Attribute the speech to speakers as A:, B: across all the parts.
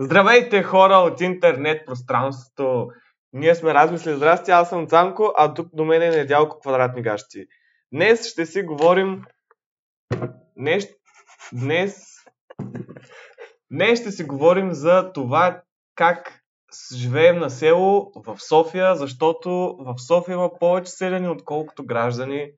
A: Здравейте хора от интернет пространството! Ние сме размисли. Здрасти, аз съм Цанко, а тук до мен е Недялко Квадратни гащи. Днес ще си говорим... Днес... Днес... Днес ще си говорим за това как с- живеем на село в София, защото в София има повече селяни, отколкото граждани.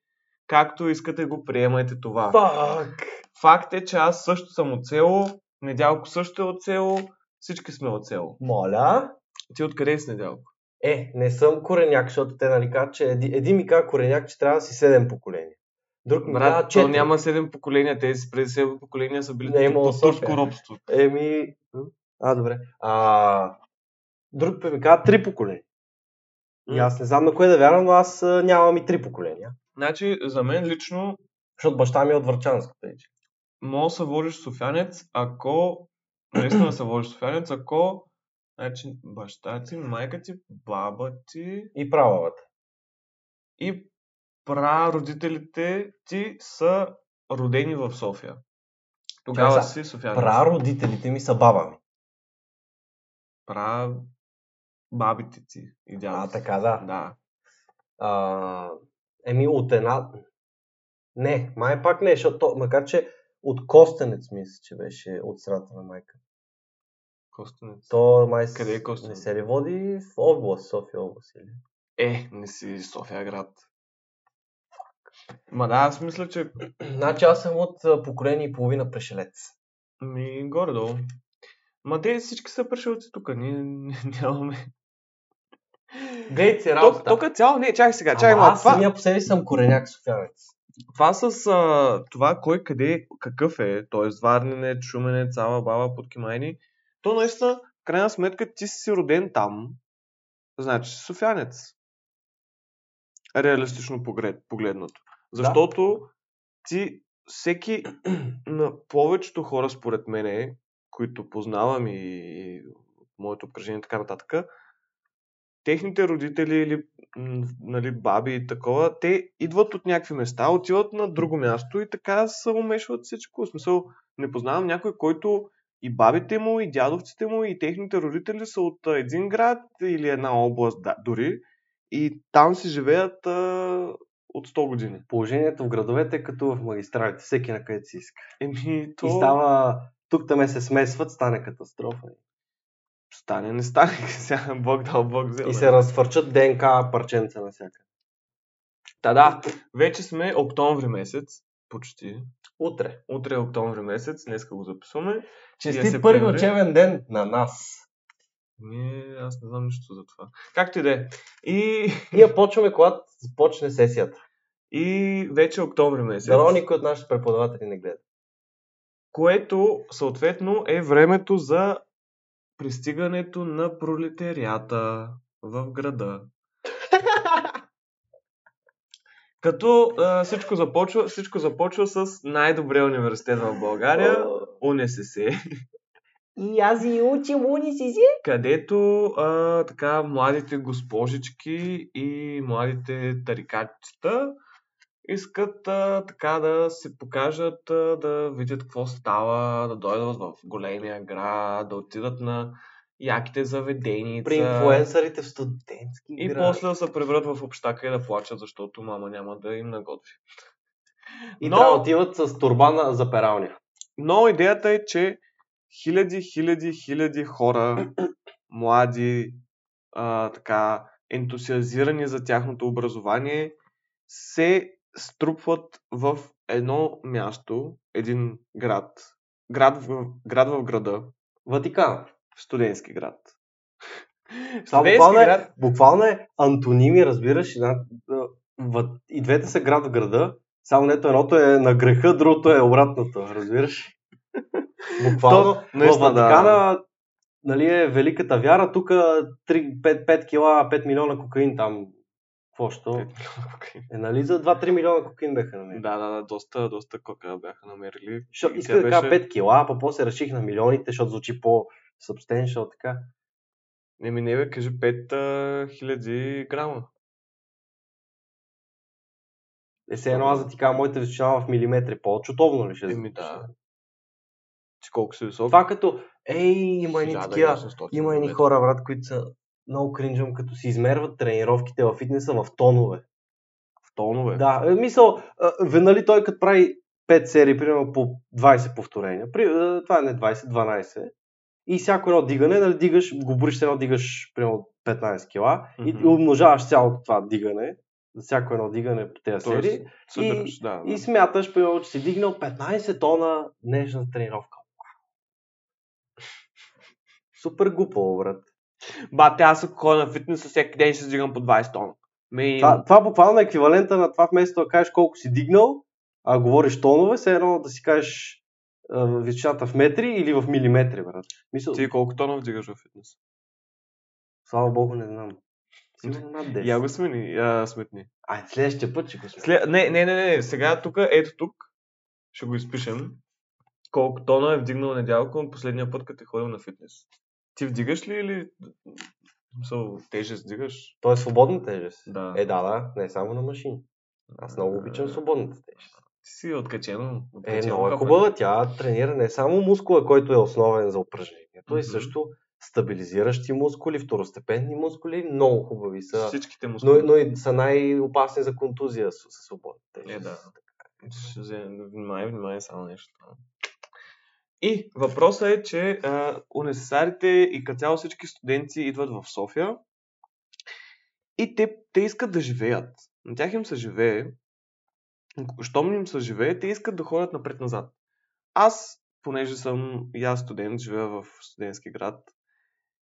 A: Както искате го приемайте това.
B: Фак!
A: Факт е, че аз също съм от село, Недялко също е от село, всички сме от село.
B: Моля.
A: Ти откъде си, Недялко?
B: Е, не съм кореняк, защото те нали казват, че един, един ми каза кореняк, че трябва да си седем поколения. Друг ми каза,
A: Брат,
B: че
A: то няма седем поколения, тези преди седем поколения са били
B: Не е
A: тук
B: имало
A: под турско
B: София.
A: робство.
B: Еми... м? А, добре. А, друг път ми каза три поколения. И аз не знам на кое да вярвам, но аз а, нямам и три поколения.
A: Значи, за мен лично,
B: Защото баща ми е от Върчанско вече.
A: мога да се водиш софянец, ако наистина се водиш софянец, ако значи, баща ти, майка ти, баба ти
B: И прававата.
A: и прародителите ти са родени в София. Тогава
B: Чакай
A: си софянец.
B: Прародителите ми са баба ми.
A: Пра... бабите ти. Идеално.
B: А, така да.
A: Да.
B: А, еми, от една... Не, май пак не, защото то- макар че от Костенец мисля, че беше от страната на майка.
A: Костенец.
B: То май с-
A: Къде е Костенец?
B: не се ли води в област, София област или?
A: Е, не си София град. Ма да, аз мисля, че
B: Значи аз съм от а, поколение и половина пришелец.
A: ми горе-долу. Ма те всички са пришелци тук, ние ние нямаме.
B: Гледай си
A: Тук,
B: работа.
A: тук цяло, не, чакай сега, чакай
B: Ама
A: малко.
B: аз
A: Това,
B: самия по себе си съм кореняк софиянец.
A: това с а, това кой къде, какъв е, т.е. Варненец, Шуменец, цяла баба, подкимайни, то наистина, в крайна сметка, ти си роден там, значи си софянец. Реалистично поглед- погледнато. Защото ти всеки, на повечето хора, според мене, които познавам и, и от моето обкръжение и така нататък, техните родители или м, нали, баби и такова, те идват от някакви места, отиват на друго място и така се умешват всичко. В смисъл, не познавам някой, който и бабите му, и дядовците му, и техните родители са от а, един град или една област да, дори и там си живеят а, от 100 години.
B: Положението в градовете е като в магистралите, всеки на където си иска.
A: Еми, то...
B: И става, тук там се смесват, стане катастрофа.
A: Стане, не стане. Сега Бог дал, Бог взел.
B: И се разфърчат ДНК парченца навсякъде.
A: Та да, вече сме октомври месец, почти.
B: Утре.
A: Утре е октомври месец, днеска го записваме. Вие се
B: Честит първи
A: приемете.
B: учебен ден на нас.
A: Не, аз не знам нищо за това. Както и да е. И,
B: Ние почваме, когато започне сесията.
A: и вече е октомври месец.
B: Дано никой от нашите преподаватели не гледа.
A: Което съответно е времето за пристигането на пролетарията в града. Като а, всичко, започва, всичко започва с най-добрия университет в България. Е УНСС,
B: И аз и учим униси си.
A: където а, така младите госпожички и младите тарикатчета искат а, така да се покажат, а, да видят какво става, да дойдат в големия град, да отидат на яките заведения.
B: При инфуенсърите в студентски
A: И
B: град.
A: после да се преврат в общака и да плачат, защото мама няма да им наготви.
B: И
A: Но-
B: трябва да отиват с турбана за пералня.
A: Но идеята е, че хиляди, хиляди, хиляди хора, млади, а, така, ентусиазирани за тяхното образование, се струпват в едно място, един град, град в, град в града,
B: Ватикан.
A: студентски град.
B: Това
A: Студентски
B: буквално,
A: град.
B: е, буквално е антоними, разбираш. Една, а, въд- и двете са град в града, само нето едното е на греха, другото е обратното, разбираш? Буквално.
A: То,
B: Но е в
A: наистина, да.
B: Ватикана нали, е великата вяра, тук 5 кила, 5 милиона кокаин там. Какво ще? то?
A: Окей.
B: Е, нали за 2-3 милиона кокаин нали? бяха намерили.
A: Да, да, да, доста, доста кока бяха намерили.
B: Що,
A: И
B: иска
A: тя
B: да кажа
A: беше-
B: 5 кила, па после реших на милионите, защото звучи по substantial така.
A: Не ми не бе, кажи 5000 грама.
B: Е, се едно аз да ти кажа, моята е височина в милиметри, по-чутовно ли нали, ще
A: Еми, да.
B: звучи?
A: Ти колко си висок?
B: Това като, Ей, има едни такива, има едни хора, брат, които са много кринжам, като си измерват тренировките в фитнеса в тонове.
A: В тонове?
B: Да, е, мисъл, е, нали той като прави 5 серии, примерно по 20 повторения, при, е, това е не 20, 12, и всяко едно дигане, нали, дигаш, го бориш едно, дигаш примерно 15 кила mm-hmm. и умножаваш цялото това дигане, за всяко едно дигане по тези
A: Тоест,
B: серии.
A: Събираш,
B: и,
A: да, да.
B: и смяташ, примерно, че си дигнал 15 тона днешната тренировка. Супер глупо, брат.
A: Бате, аз ако ходя на фитнеса всеки ден ще се дигам по 20 тона. Ами, Ми...
B: Това, това буквално е еквивалента на това вместо да кажеш колко си дигнал, а говориш тонове, все едно да си кажеш а, височината в метри или в милиметри, брат. Мисъл,
A: Ти колко тона вдигаш във фитнес?
B: слава богу, не знам. Сигурно над 10.
A: Я го смени, а, сметни.
B: Ай, следващия път ще го сме.
A: След... Не, не, не, не, сега тук, ето тук, ще го изпишем. Колко тона е вдигнал недялко от последния път, като е ходил на фитнес. Ти вдигаш ли или мисъл, тежест вдигаш?
B: Той е свободна тежест.
A: Да.
B: Е, да, да, не само на машини. Аз много обичам свободната тежест.
A: Ти си откачено.
B: Е,
A: откачено
B: много е
A: капане.
B: хубава. Тя тренира не само мускула, който е основен за упражнението, и
A: Мгм.
B: също стабилизиращи мускули, второстепенни мускули, много хубави са.
A: Всичките му
B: Но, но и са най-опасни за контузия с, с свободна
A: Е,
B: тежест.
A: да. Ще вземем- Внимай, внимай само нещо. И въпросът е, че а, унесесарите и като цяло всички студенти идват в София и те, те искат да живеят. На тях им се живее. Щом им се живее, те искат да ходят напред-назад. Аз, понеже съм и аз студент, живея в студентски град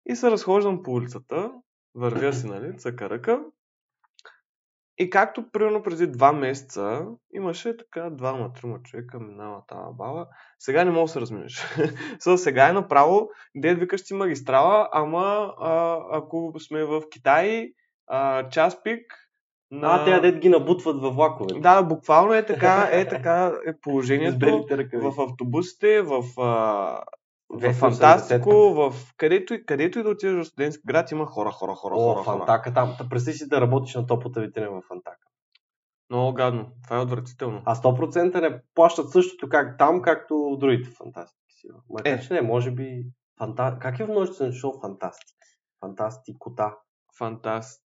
A: и се разхождам по улицата, вървя си, нали, цъка ръка и както примерно преди два месеца имаше така двама-трима човека, минава тази баба, сега не мога да се разминеш. Со, сега е направо, дед викаш ти магистрала, ама а, ако сме в Китай, а, час пик, на...
B: А, те дед ги набутват във влакове.
A: Да, буквално е така, е така е
B: С
A: положението
B: белите ръкави.
A: в автобусите, в, а, в
B: 280.
A: Фантастико, в където и, където и да отидеш в студентски град, има хора, хора, хора,
B: О,
A: хора, хора.
B: фантака там. Та представи си да работиш на топлата витрина в фантака.
A: Много гадно. Това е отвратително.
B: А 100% не плащат същото как там, както в другите фантастики. сигурно. Макар
A: Е.
B: е. че не, може би... Фанта... Как е в множествено шоу фантастик? Фантастикота.
A: Фантаст.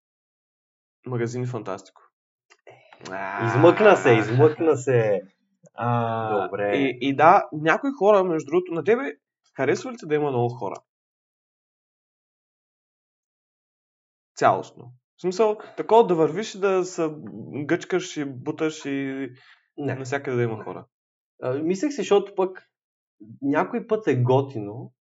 A: Магазини Фантастико. Е. А,
B: Измъкна се, измъкна се.
A: А,
B: Добре.
A: И, и да, някои хора, между другото, на тебе харесва ли те да има много хора? Цялостно. В смисъл, такова да вървиш и да се гъчкаш и буташ и
B: Не.
A: навсякъде да има хора.
B: А, мислех си, защото пък някой път е готино,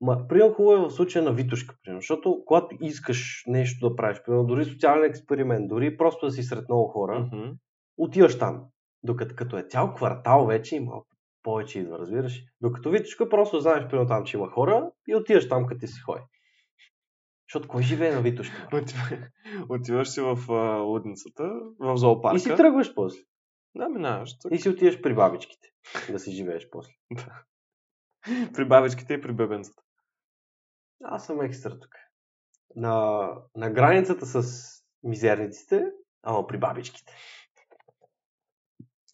B: ма, примерно хубаво е в случая на Витушка, примерно, защото когато искаш нещо да правиш, примерно дори социален експеримент, дори просто да си сред много хора,
A: Мгм.
B: отиваш там. Докато като е цял квартал вече има повече идва, разбираш. ли? Докато Витушка просто знаеш примерно там, че има хора и отиваш там, като ти си ходи. Защото кой живее на Витушка? бе?
A: Отива- Отиваш си в а, лудницата, в зоопарка.
B: И си тръгваш после.
A: Да, минаваш. цък.
B: И си отиваш при бабичките. Да си живееш после.
A: При бабичките и при бебенцата.
B: Аз съм екстра тук. На, на границата с мизерниците, ама при бабичките.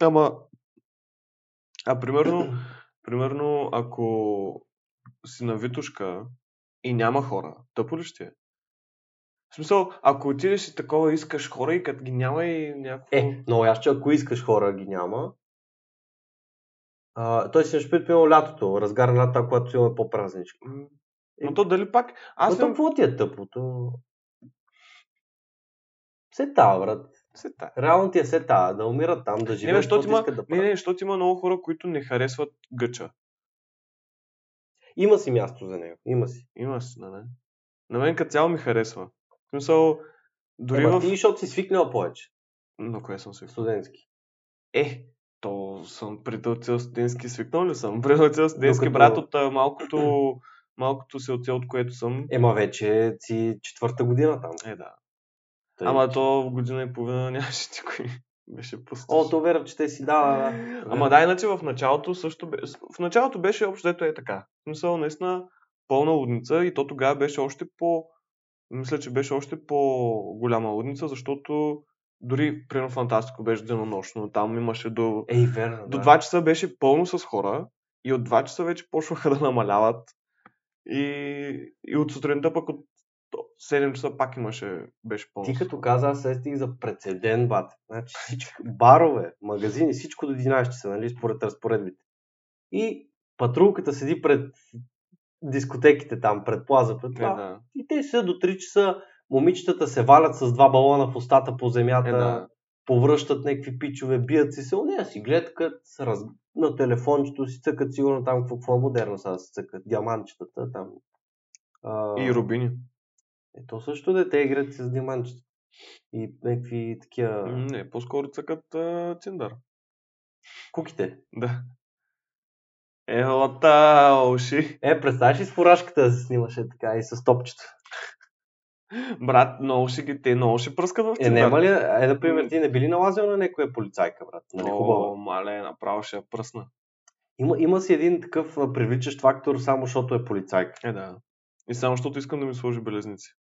A: Ама... А примерно, примерно, ако си на Витушка и няма хора, тъпо ли ще е? В смисъл, ако отидеш и такова искаш хора и като ги няма и някакво...
B: Е, но аз че ако искаш хора, ги няма. А, той си имаш предвид, примерно, лятото, разгар на лято, когато имаме по-празничко.
A: М, Но то дали пак... Аз
B: Аз Е, но то
A: съм...
B: какво ти е тъпото? Се тава, брат.
A: Се тая.
B: Реално ти е се тава, да умират там, да
A: Не, бе,
B: живеят,
A: защото
B: каквото
A: има,
B: искат да
A: не, не,
B: правят.
A: защото има много хора, които не харесват гъча.
B: Има си място за него, има си.
A: Има си, да, не. На мен като цяло ми харесва. В смисъл, дори
B: Ама
A: в...
B: ти, защото си свикнал повече,
A: На кое съм свикнал?
B: студентски.
A: Е, то съм предател студентски, свикнал ли съм? Предател студентски
B: Докато-
A: брат от а, малкото, малкото се от което съм.
B: Ема вече си четвърта година там.
A: Е, да.
B: Тъй,
A: Ама то година и половина нямаше никой. Беше пусто.
B: О, то верам, че те си да, да, да.
A: Ама да, иначе в началото също бе... В началото беше общо ето е така. В смисъл, наистина пълна лудница и то тогава беше още по... Мисля, че беше още по-голяма лудница, защото дори, примерно, Фантастико беше денонощно. Там имаше до
B: Ей, верно,
A: До
B: да.
A: 2 часа беше пълно с хора и от 2 часа вече почваха да намаляват. И, и от сутринта пък от 7 часа пак имаше, беше пълно.
B: Ти като каза, аз се стих за прецедент, бат. Значи всички барове, магазини, всичко до 11 часа, нали, според разпоредбите. И патрулката седи пред дискотеките там, пред плаза, пред това.
A: Е, да.
B: И те седят до 3 часа, момичетата се валят с два балона в устата по земята,
A: Е, да.
B: повръщат някакви пичове, бият си се, нея си гледкат, с раз... на телефончето си цъкат, сигурно там какво, какво е модерно сега се цъкат, диаманчетата там. А,
A: И рубини.
B: е, то също дете играят си с диаманчета. И някакви
A: М,
B: такива...
A: Не, по-скоро цъкат а, циндар.
B: Куките.
A: Да. Е, Елата, уши.
B: Е, представяш ли с фуражката да се снимаше така и с топчето?
A: Брат, много ще ги, те много ще пръскат в
B: Е,
A: циндар.
B: няма ли? Е, например, ти не би ли налазил на някоя полицайка, брат? Нали, хубаво.
A: О, мале, направо ще я пръсна.
B: Има, има си един такъв а, привличащ фактор, само защото е полицайка.
A: Е, да. И само защото искам да ми сложи белезници.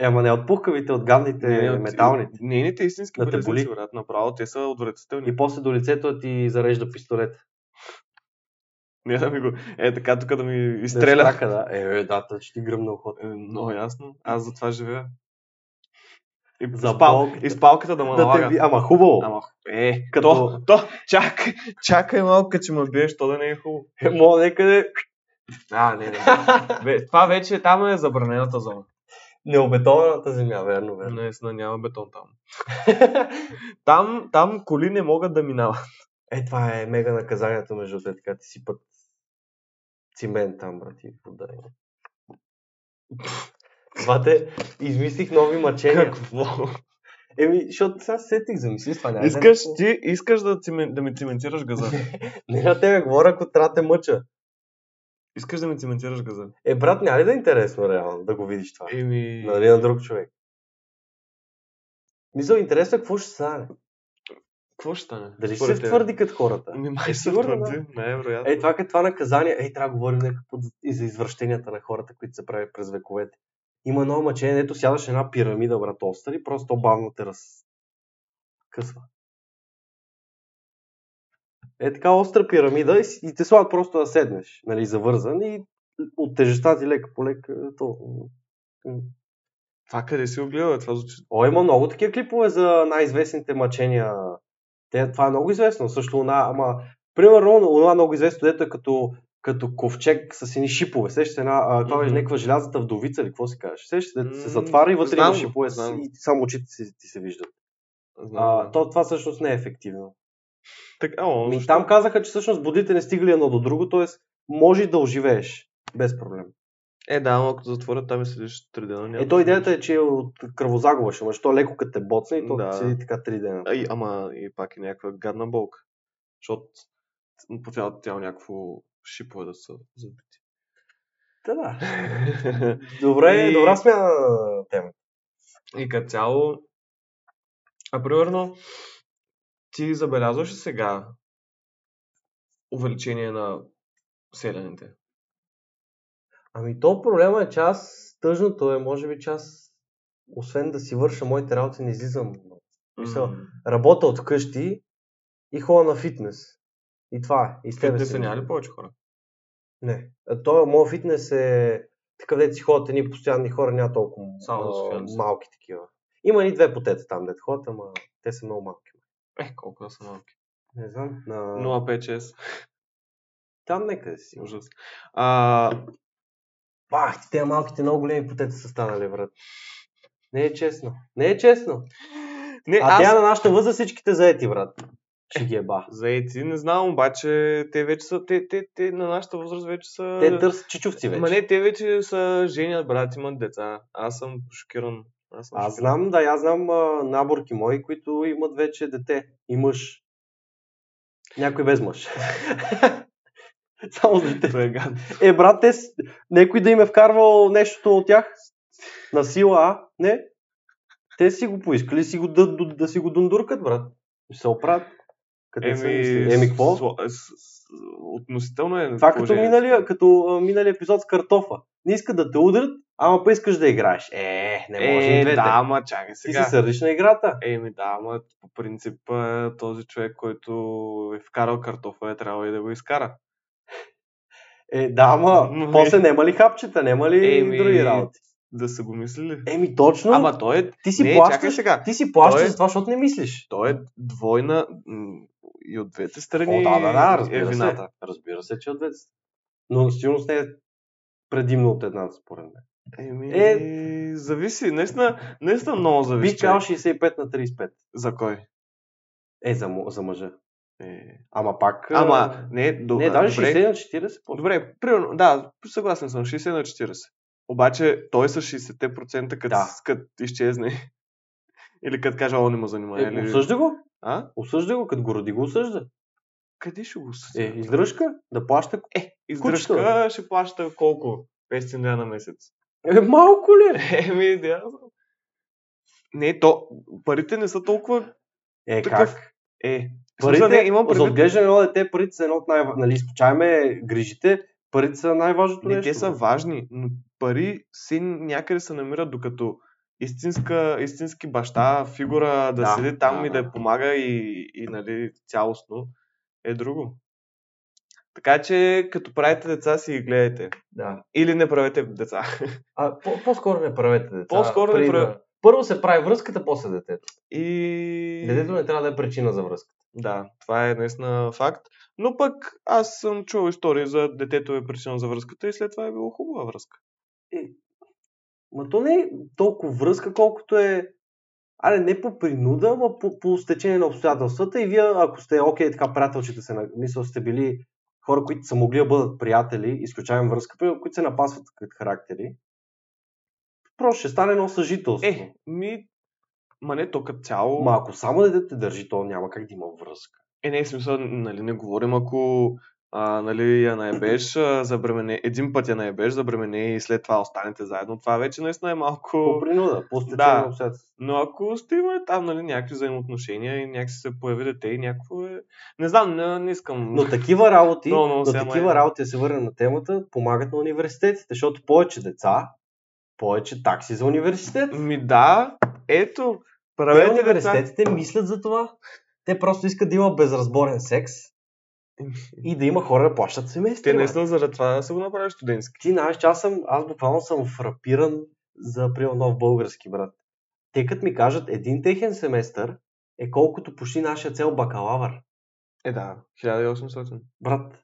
B: Е, ама не от пухкавите, от гадните,
A: от-
B: металните.
A: от- Нейните истински
B: Да те
A: белезници,
B: боли.
A: брат, направо те са отвратителни.
B: И после до лицето да ти зарежда пистолет.
A: Не да ми го... Е, така тук да ми
B: Да
A: изстреля.
B: страка, Да, е, е, да, тъй, ще ти гръмна
A: Е,
B: ухото.
A: Много ясно. Аз за това живея. И,
B: За
A: с пал-
B: болката.
A: и с палката да ме
B: Да те
A: налага.
B: ви... Ама хубаво.
A: Ама, е,
B: Като-
A: като... то, то, чакай, чакай малко, че ме биеш, то да не е хубаво.
B: Е, Мога някъде
A: А, не, не. Бе, това вече там е забранената зона.
B: необетованата земя, верно, верно.
A: Наистина няма бетон там. там. Там коли не могат да минават.
B: Е, това е мега наказанието, между те, така ти сипат цимент там, брат, и подай. е. Това те измислих нови мъчения.
A: Какво?
B: Еми, защото сега се сетих, замисли с това. няма да е
A: Искаш,
B: някакво-
A: ти искаш да, цимен, да ми циментираш газа.
B: Не на тебе говоря, ако трябва да те мъча.
A: Искаш да ми циментираш газа.
B: Е, брат, няма ли да е интересно реално да го видиш това?
A: Еми...
B: Нали на друг човек? Мисля, интересно е какво ще стане.
A: Какво ще стане?
B: Дали ще
A: Според
B: се
A: теб?
B: твърди като хората?
A: Не май се
B: Сигурно, Е,
A: твърди, най-вероятно.
B: Ей, това като това наказание, ей, трябва да говорим някакъв път за- и за извращенията на хората, които се правят през вековете. Има едно мъчение, дето сядаш една пирамида, брат, остър и просто бавно те разкъсва. Е така остра пирамида и, си- и те слагат просто да седнеш, нали, завързан и от тежестта ти лека по лека е, то.
A: Това къде си го гледал? бе? Това звучи...
B: О, има много такива клипове за най-известните мъчения. Те, това е много известно. Също она, ама, примерно, това много известно, дето е като, като ковчег с едни шипове. Сещаш се една, а, това е
A: Мгм.
B: някаква желязата вдовица или какво се каже. Сещаш се, дето се
A: М,
B: затваря и вътре
A: знам
B: има
A: го,
B: шипове
A: знам
B: с-
A: го.
B: и само очите си, ти се виждат. А,
A: Знам, да.
B: то, това всъщност не е ефективно.
A: Така, о,
B: Ми,
A: защо?
B: там казаха, че всъщност будите не стигали едно до друго, т.е. може да оживееш без проблем.
A: Е, да, ама ако отворят там и седиш три дена. няма
B: Е, то
A: да
B: идеята
A: седиш.
B: е, че е от кръвозагуба, ще имаш то леко като те боцне и то
A: Да.
B: седи така три дена.
A: А, и, ама и пак е някаква гадна болка. Защото по цялото тяло някакво шипове да са забити.
B: Та да. Добре,
A: И-
B: добра смяна на тема.
A: и като цяло, а примерно, ти забелязваш ли сега увеличение на селените?
B: Ами то проблема е, че аз тъжното е, може би, че аз, освен да си върша моите работи, не излизам. Мисъл,
A: М,
B: Работя от къщи и хора на фитнес. И това е. И с тебе
A: Те
B: си.
A: са няма ли повече хора?
B: Не. А То, моят фитнес е такъв, дето си ходят едни постоянни хора, няма толкова
A: Само
B: а,
A: за социални.
B: малки такива. Има и две потета там, дето ходят, ама те са много малки.
A: Е, колко да са малки.
B: Не знам. На...
A: 0,5-6.
B: Там нека да си.
A: Ужас. А,
B: Бах, те малките много големи потета са станали, брат. Не е честно. Не е честно.
A: не,
B: А тя на нашата възраст всичките заети, брат. Ще ги е бах.
A: Заети, не знам, обаче те вече са, те, те, те на нашата възраст вече са...
B: Те търсят чичовци вече.
A: Е, Ма не, те вече са женят, брат, имат деца. Аз съм шокиран. Аз съм
B: Аз
A: шокиран.
B: знам, да, аз знам а, наборки мои, които имат вече дете и мъж. Някой без мъж. Само с дете.
A: Това е гадно.
B: Е, брат, те, с- някой да им е вкарвал нещото от тях на сила, а? Не. Те си го поискали си го да, да, да си го дундуркат, брат. И се оправят. Къде са мисли?
A: Еми,
B: Еми, какво?
A: сло- с- с- Относително е.
B: Това като
A: положението.
B: миналия, като а, миналия епизод с картофа. Не искат да те удрят, ама па искаш да играеш. Е, не може и
A: Е,
B: двете.
A: да, ама чакай
B: Ти
A: сега.
B: се сърдиш на играта.
A: Еми, да, ама по принцип а, е този човек, който е вкарал картофа, е трябва и да го изкара.
B: Е, да, ама
A: Но,
B: после
A: е.
B: няма ли хапчета, няма ли
A: Еми.
B: други работи?
A: Да са го мислили.
B: Еми, точно.
A: Ама той е...
B: ти си
A: не, чакай
B: плащаш,
A: сега.
B: ти си плащаш
A: Той е-
B: за това, защото не мислиш.
A: Той е двойна м, и от двете
B: О,
A: страни
B: да, да, да,
A: е
B: разбира се.
A: вината.
B: Разбира се,
A: е
B: че от двете. страни. Но сигурно не е предимно от едната, според мен.
A: Еми, е... зависи. Наистина, наистина много зависи.
B: Бих казал
A: човек.
B: 65 на 35.
A: За кой?
B: Е, за, му- за мъжа.
A: Е...
B: Ама пак... а,
A: Ама, не, добре.
B: не, даже
A: добре.
B: 60 на 40. по-
A: Добре, примерно, да, съгласен съм, 60 на 40. Обаче той с 60% като,
B: Да.
A: като изчезне. Или като каже, о, не ме занимава.
B: Е,
A: или...
B: осъжда го.
A: А?
B: Осъжда го, като го роди го осъжда.
A: Къде ще го със?
B: Е, издръжка, да плаща.
A: е издръжка
B: кучето.
A: ще плаща колко? 500 лева на месец.
B: Е, малко ли?
A: Еми, да. Не, то, парите не са толкова...
B: Е,
A: Такъв-
B: как?
A: Е, в смисъл,
B: Парите,
A: не, имам
B: за
A: предвид,
B: отглеждане на едно дете, парите са едно от най Нали, изключаваме грижите, парите са най-важното
A: не,
B: нещо.
A: те са
B: бе.
A: важни, но пари си някъде се намират, докато истинска, истински баща, фигура да,
B: Да,
A: седи там
B: да,
A: и да,
B: да.
A: помага и, и нали, цялостно е друго. Така че, като правите деца, си ги гледайте.
C: Да.
A: Или не правете деца.
C: А, по- по-скоро не правете деца.
A: По-скоро не
C: преди
A: праве-
C: да- Първо се прави връзката, после детето.
A: И...
C: Детето не трябва да е причина за връзка.
A: Да, това е наистина факт. Но пък аз съм чувал истории за детето е причина за връзката и след това е било хубава връзка.
B: Ма то не е толкова връзка, колкото е... Аре, не по принуда, ама по, по стечение на обстоятелствата и вие, ако сте окей, така приятелчета се, на- мисъл сте били хора, които са могли да бъдат приятели, изключаем връзка, при- които се напасват като характери, просто ще стане едно съжителство.
A: Е, ми... Ма не, то като цяло...
B: Ма ако само детето те държи, то няма как да има връзка.
A: Е, не, в смисъл, нали, не говорим, ако а, нали, я наебеш, а, забремене, един път я наебеш, забремене и след това останете заедно. Това вече наистина е
B: По
A: малко...
B: принуда, по стечение
A: Да.
B: на обстоятелствата.
A: Но ако сте имали там нали, някакви взаимоотношения и някакси се появи дете и някакво е... Не знам, не, не искам...
B: Но такива работи,
A: Но, но,
B: но
A: сега
B: такива
A: май-
B: работи, да се върна на темата, помагат на университетите, защото повече деца, повече такси за университет.
A: Ми да, ето,
B: Те
A: правете деца.
B: университетите мислят за това. Те просто искат да има безразборен секс и да има хора да плащат семейства.
A: Те наистина заради това да се го направиш студентски.
B: Ти знаеш, че аз, съм, аз буквално съм фрапиран за приема нов български брат. Те като ми кажат, един техен семестър е колкото почти нашия цел бакалавър.
A: Е да, 1800.
B: Брат,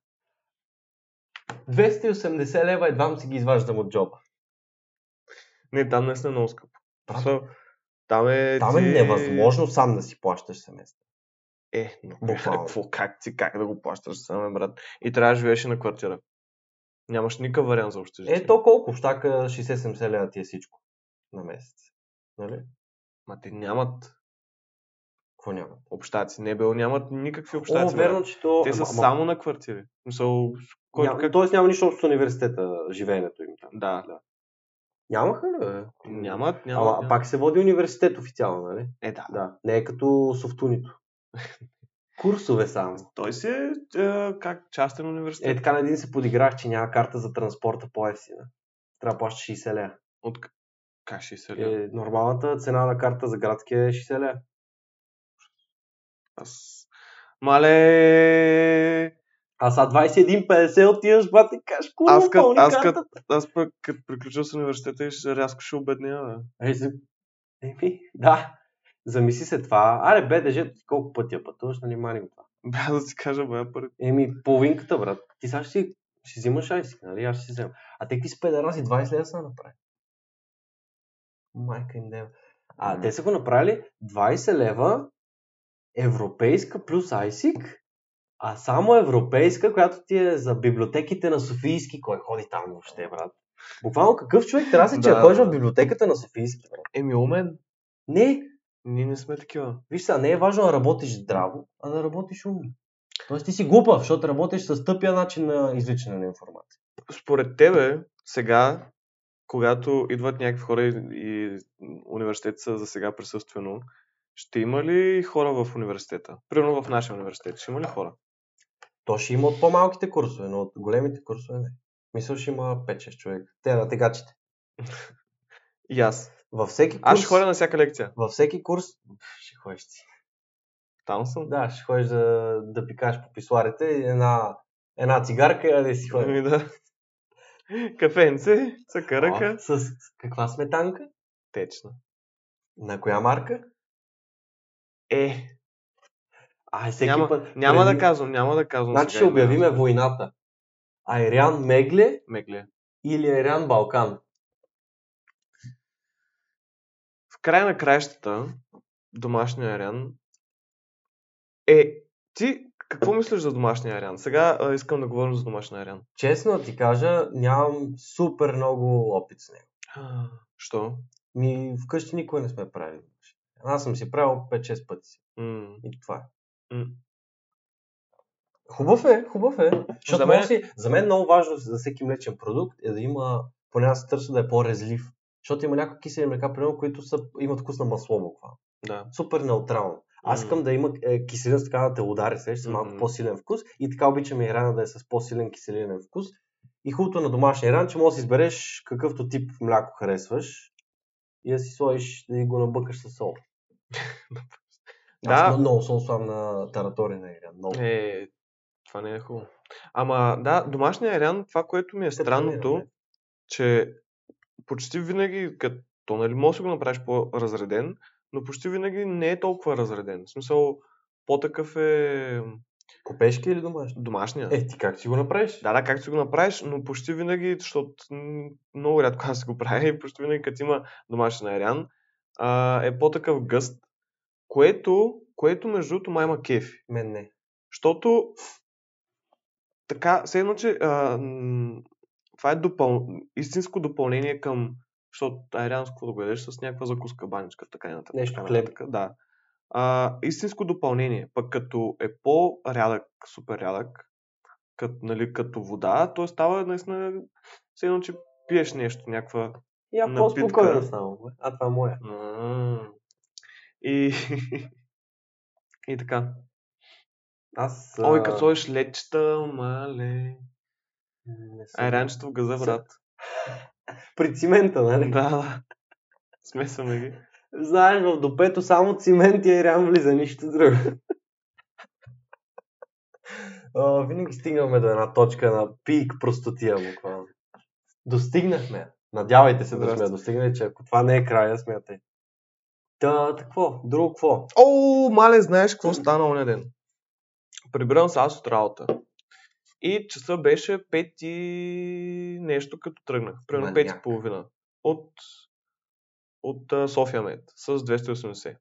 C: 280 лева едва му си ги изваждам от джоба.
A: Не, там наистина е много скъпо.
B: Брат.
A: Со- Там е...
B: там е
A: ти-
B: невъзможно сам да си плащаш семестър.
A: Е, но
B: Буквално.
A: какво, как ти, как да го плащаш сам, бе, брат? И трябва да живееш и на квартира. Нямаш никакъв вариант за общежитие.
B: Е, то колко? Щака 60-70 лева ти е всичко на месец. Нали?
A: Ма те нямат
B: Какво няма?
A: общаци. Не бе, нямат никакви
B: О,
A: общаци.
B: верно,
A: О,
B: че то...
A: те са
B: ама- ама-
A: само на квартири. Мисъл, който
B: Ням-
A: как...
B: Тоест няма нищо общо с университета, живеенето им там.
A: Да,
B: Нямаха ли? бе?
A: нямат, нямат.
B: Ама
A: нямат.
B: пак се води университет официално, нали?
A: Е, да.
B: Да. Не е като софтунито. Курсове само.
A: Той си е, е как частен университет.
B: Е, така на един се подиграх, че няма карта за транспорта по ефтина. Трябва да плащаш 60 лея.
A: От... к- Как ще се е...
B: Е, нормалната цена на карта за градския е 60 лея.
A: Аз... Мале...
B: А са 21,50 отиваш, брат, и кажеш, кула,
A: Аз кът-
B: пълни
A: аз
B: картата.
A: Аз пък, като приключа с университета, ще, рязко ще обедня, бе.
B: Е, за... Еми, да. Замисли се това. Аре, БДЖ, колко пъти я пътуваш, нали, мани го това.
A: Бе, да ти кажа, бе, пари.
B: Еми, половинката, брат. Ти сега ще си, ще взимаш айски, нали? Аз ще си взема. А те какви с педераси 20 лева са направи. Майка им дева. А
A: М.
B: те са го направили 20 лева европейска плюс айсик, а само европейска, която ти е за библиотеките на Софийски. Кой ходи там въобще, брат? Буквално какъв човек трябва да се, че
A: Да.
B: да. ходиш в библиотеката на Софийски, брат?
A: Еми, умен.
B: Не,
A: Ние не сме такива.
B: виж сега, не е важно да работиш здраво, а да работиш умно. Тоест ти си глупав, защото работиш с тъпия начин на извличане на информация.
A: Според тебе, сега, когато идват някакви хора и, и университет са за сега присъствено, ще има ли хора в университета? Примерно в нашия университет. Ще има ли хора?
B: То ще има от по-малките курсове, но от големите курсове не. Мисля, ще има 5-6 човека. Те на тегачите.
A: И аз.
B: Във всеки курс...
A: Аз ще ходя на всяка лекция.
B: Във всеки курс... Пф, Ще ходиш ти.
A: Там съм.
B: Да, ще ходиш да, да пикаеш по писуарите и една, една цигарка и да си ходиш.
A: Еми, да. Кафенце, цъка ръка.
B: О, С с каква сметанка?
A: Течна.
B: На коя марка?
A: Е,
B: Ай, всеки
A: няма,
B: път.
A: няма да
B: преди-
A: казвам, няма да казвам.
B: Значи
A: сега
B: ще
A: имена.
B: обявиме войната. Айрян Мегле
A: Мегле.
B: или Айрян Балкан?
A: В края на краищата, домашния ариан е... Ти какво мислиш за домашния ариан? Сега а, искам да говорим за домашния ариан.
B: Честно да ти кажа, нямам супер много опит с него.
A: Що?
B: Ми вкъщи никога не сме правили. Аз съм си правил 5-6 пъти.
A: М,
B: И това е.
A: м.
B: Хубав е, хубав е. Защото
A: За
B: за
A: мен-
B: мен, си, за мен е много важно за всеки млечен продукт е да има, поне аз търся да е по-резлив. Защото има някои кисели млека, примерно, които са, имат вкус на масло буквално.
A: Да.
B: Супер неутрално. Аз
A: Мм.
B: искам да има е, киселина с така да те удари, сещаш, с малко
A: Мгм.
B: по-силен вкус. И така обичам и рана да е с по-силен киселинен вкус. И хубавото е на домашния ран, че можеш да си избереш какъвто тип мляко харесваш и да си сложиш, да го набъкаш с сол.
A: Да.
B: Аз много сол слам на таратори на Иран. Много.
A: Е, това не е хубаво. Ама да, домашния ариан, това, което ми е странното,
B: планираме.
A: че почти винаги, като нали, може да си го направиш по-разреден, но почти винаги не е толкова разреден. В смисъл, по-такъв е
B: Купешки или домашни?
A: домашния.
B: Е, ти как си го направиш?
A: Да, да, както си го направиш, но почти винаги, защото м, много рядко аз си го правя и почти винаги, като има домашен ариан, а, е по-такъв гъст, което, което между другото май има кефи.
B: Мен не.
A: Защото така, все едно, че а, м, това е допъл... истинско допълнение към, защото айрянско да го ядеш с някаква закуска, баничка, така и нататък.
B: Нещо,
A: така,
B: хлеб.
A: нататък, да. А, истинско допълнение, пък като е по-рядък, супер рядък, като, нали, като вода, то става наистина все едно, че пиеш нещо, някаква
B: Я
A: Напитка.
B: по-спокойно само. бе. А това е моя.
A: М. И, и така.
B: Аз...
A: Ой,
B: а,
A: като сложиш лечета, мале.
B: не съм-
A: Айранчето в газа,
B: Се-
A: брат.
B: При цимента,
A: Да,
B: нали?
A: да. Смесваме ги.
B: Знаеш, в допето само цимент и айран влиза, нищо друго. а, винаги стигаме до една точка на пик простотия, буквално. Достигнахме. я. Надявайте се да сме
A: Здрасти.
B: я достигнали, че ако това не е края, смятай. Та, какво? Друго какво?
A: О, мале, знаеш какво стана оня ден? Прибирам се аз от работа. И часа беше пет и нещо, като тръгнах. Примерно пет и
B: Маняк.
A: половина. От, от а, София Мед с 280.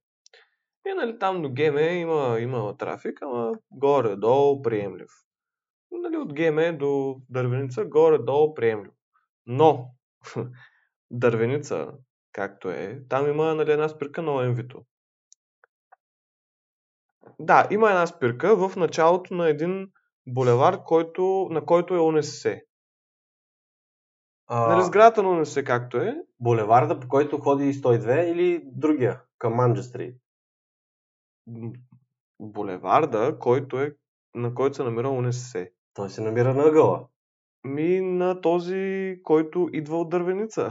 A: И нали там до Геме има, има трафик, ама горе-долу приемлив. Нали, от Геме до Дървеница горе-долу приемлив. Но Дървеница, както е, там има нали, една спирка на ОМВито. Да, има една спирка в началото на един булевар, който, на който е ОНСС.
B: А,
A: Нали, сградата на ОНСС както е,
B: Булеварда, по който ходи 102 или другия, към Манджа Стрит.
A: м, булеварда, който е, на който се намира ОНСС.
B: Той се намира на ъгъла.
A: Ми на този, който идва от дървеница.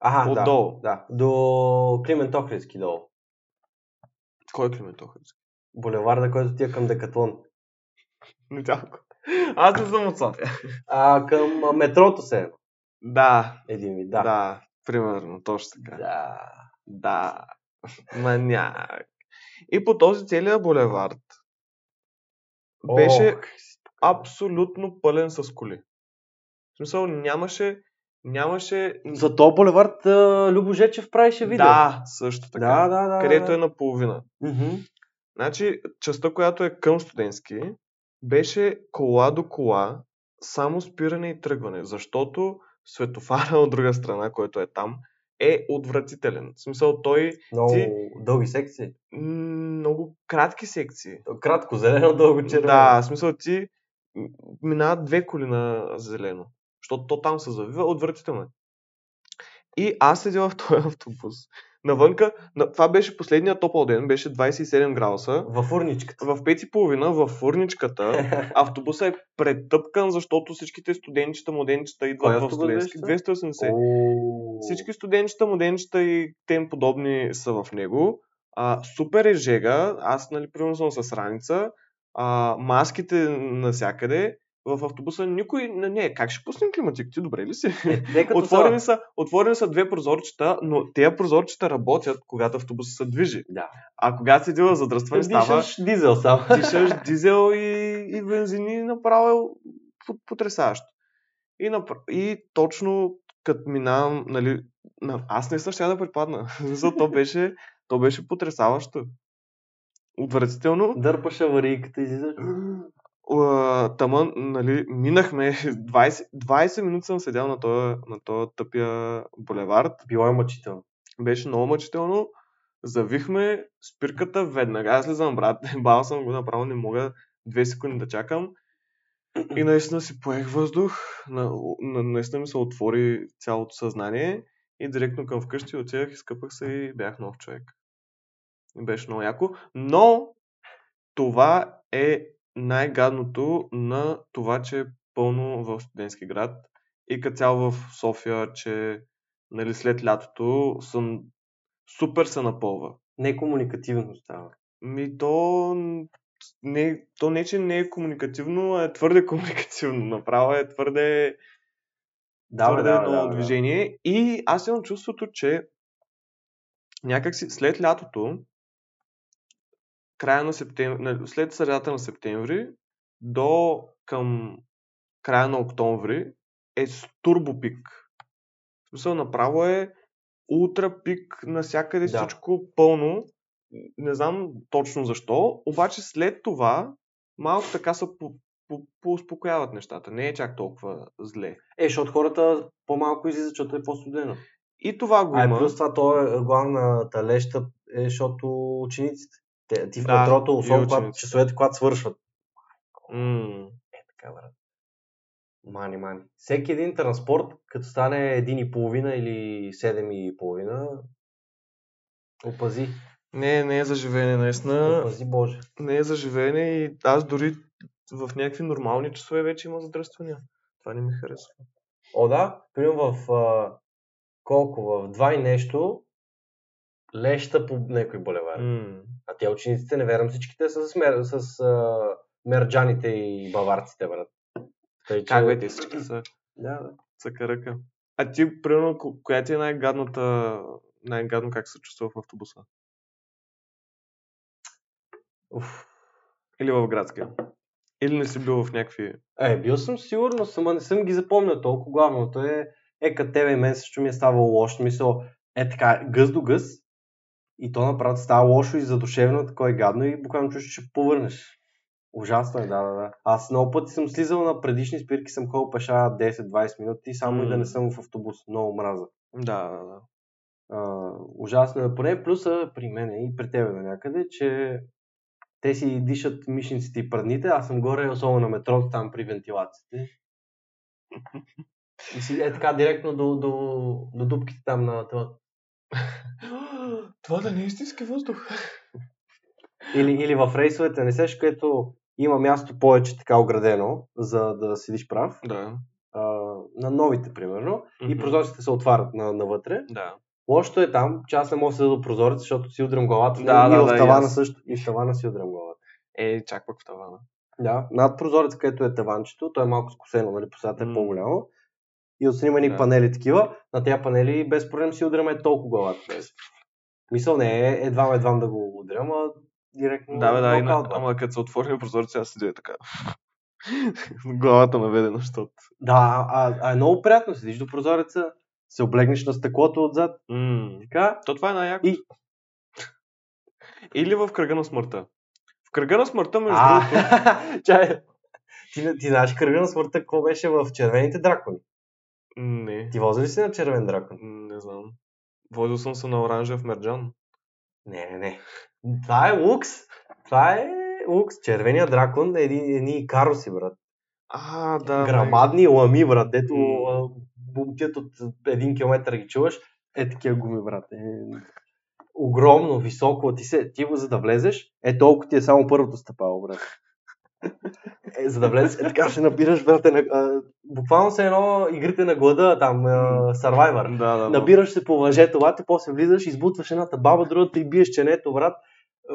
B: Аха,
A: Отдолу.
B: да. да. До Климент Охридски долу.
A: Кой е Климент Охридски?
B: Булеварда, който ти е към Декатлон.
A: Не тялко. Аз не съм от София.
B: А, към а, метрото се е.
A: Да,
B: Един вид, да.
A: да. да. Примерно, точно така.
B: да.
A: Да. Маняк. И по този целият булевард беше
B: Ох,
A: абсолютно пълен с коли. В смисъл нямаше, нямаше...
B: За то булевард а, Любо Жечев правеше видео.
A: Да, също така.
B: да, да, да.
A: където
B: да.
A: е наполовина.
B: Мгм.
A: Значи, частта, която е към студентски, беше кола до кола, само спиране и тръгване, защото светофара от друга страна, който е там, е отвратителен. В смисъл, той
B: Много
A: Ти-
B: дълги секции.
A: м, много кратки секции.
B: Кратко, зелено, дълго, червено.
A: Да, в смисъл ти м, минават две коли на зелено, защото то там се завива отвратително. е. И аз седя в този автобус. Навънка, на, това беше последния топъл ден, беше 27 градуса.
B: В урничката.
A: В 5.30 в фурничката автобусът е претъпкан, защото всичките студенчета, младенчета
B: Кой
A: идват в
B: автобус
A: студентски.
B: беше
A: 280.
B: О.
A: Всички студенчета, младенчета и тем подобни са в него. А, супер е жега, аз нали примерно съм с раница, а, маските навсякъде в автобуса никой не, не как ще пуснем климатик? Ти добре ли си?
B: Те като
A: Отворени
B: са...
A: са, отворени са две прозорчета, но тези прозорчета работят, когато автобусът се движи.
B: Да.
A: А когато си дила задръстване, става
B: Дишаш дизел само.
A: дишаш дизел и, и бензини направо е потрясаващо. И, напр... и точно като минавам, нали, на... аз не съм щях да припадна. Защото то беше, то беше потрясаващо. Отвратително.
B: Дърпаш аварийката и излизаш.
A: А, Тама, нали, минахме 20, 20 минути съм седял на този, на този тъпия булевард.
B: Било е мъчително.
A: Беше много мъчително. Завихме спирката веднага. Аз слизам, брат. Бал съм го направо, не мога две секунди да чакам. И наистина си поех въздух. На, на, наистина ми се отвори цялото съзнание. И директно към вкъщи отивах, изкъпах се и бях нов човек. И беше много яко. Но това е най-гадното на това, че е пълно в студентски град. И като цяло в София, че нали, след лятото съм супер се напълва.
B: Некомуникативно става.
A: Ми то н- не, то не, че не е комуникативно, а е твърде комуникативно. Направо е твърде,
B: Да, бе,
C: е
A: твърде
B: да, бе,
A: много
B: да, бе, да.
A: движение. И аз имам чувството, че някакси след лятото, края на септември, нали, след средата на септември до към края на октомври е с турбопик. В смисъл, направо е ултра пик, навсякъде
B: Да.
A: да. всичко пълно. Не знам точно защо, обаче след това малко така се по- по- поуспокояват нещата. Не е чак толкова зле.
B: Е, защото хората по-малко излизат, защото е по-студено.
A: И това го
C: А и
A: има.
C: плюс това, то е главната леща, е, защото учениците. Те, ти в
A: Да,
C: метрото,
A: и
C: особено когато,
A: учениците.
C: часовете, когато свършват.
A: М,
C: Така, брат. Мани, мани.
B: Всеки един транспорт, като стане 1,5 или 7,5, опази.
A: Не, не е за живеене, наистина.
B: Опази Боже.
A: Не е за живеене и аз дори в някакви нормални часове вече има задръствания. Това не ми харесва.
B: О, да, примерно в а, колко, в два и нещо, леща по някой булевар.
A: М.
B: А те учениците, не вярвам, всичките са с, мер, с а, мерджаните и баварците, брат. Тъй, че-
A: Как бе, те всички са
B: Да, да.
A: цъка ръка. А ти, примерно, ко- коя ти е най-гадната, най-гадно как се чувства в автобуса?
B: Уф.
A: Или в градския? Или не си бил в някакви...
B: Е, бил съм сигурно, ама не съм ги запомнил толкова. Главното е, е като тебе и мен също ми е ставало лошо. Мисъл, е така, гъз до гъз. И то направо ти става лошо и задушевно, тако е гадно и буквално чуш, че повърнеш. Ужасно е, да, да, да. Аз много пъти съм слизал на предишни спирки, съм ходил пеша 10-20 минути, само и да не съм в автобус. Много мраза.
A: Да, да, да.
B: А, ужасно е. Поне плюса при мен и при тебе до някъде, че те си дишат мишниците и прадните, аз съм горе, особено на метрото, там при вентилациите. И си е така директно до, до, до дупките там на това.
A: Това да не е истински въздух.
B: Или, или в рейсовете, не сеш, където има място повече така оградено, за да седиш прав.
A: Да.
B: А, на новите, примерно. И
A: Мгм.
B: прозорците се отварят на, навътре.
A: Да.
B: Лошото е там, че аз не мога да седа до прозореца, защото си удрям главата.
A: Да,
B: и
A: да,
B: в
A: да, и
B: тавана
A: аз.
B: също. И в тавана си удрям главата.
A: Е, чак пък в тавана.
B: нали? Да, над прозореца, където е таванчето, той е малко скосено, нали, посадата е
A: М.
B: по-голямо. И отснимани да.
A: Да.
B: панели такива, на тези панели без проблем си удряме толкова главата. Без. Мисъл не е, едва едва да го удрям, а директно
A: Да, бе, да, и на,
B: нокаут, брат.
A: ама като се отвори прозореца, аз седя така. Главата наведена, защото...
B: Да, а, а, е много приятно, седиш до прозореца, се облегнеш на стъклото отзад,
A: М.
B: така,
A: То това е най-яко.
B: И-
A: Или в кръга на смъртта. В кръга на смъртта, между
B: а,
A: другото...
B: чай, ти, не- ти знаеш кръга на смъртта, какво беше в червените дракони?
A: Не,
B: Ти вози ли си на червен дракон?
A: не знам. Возил съм се на оранжа в Мерджан.
B: Не, не, не. Това е лукс. Това е лукс. Червения дракон е едни, едни каруси, брат.
A: А, да. нали?
B: Грамадни лами, брат, дето
A: М.
B: а, бумтят от един километър ги чуваш. Е такива гуми, брат. Е, огромно, високо. Ти, се, ти за да влезеш, е толкова ти е само първото стъпало, брат. Е, за да влезеш, е така ще набираш, брат. Е, на, а, буквално се е едно игрите на глада, там, а, Survivor.
A: Да, да. да.
B: Набираш се по въжето, лате, после влизаш, избутваш едната баба, другата и биеш ченето, брат.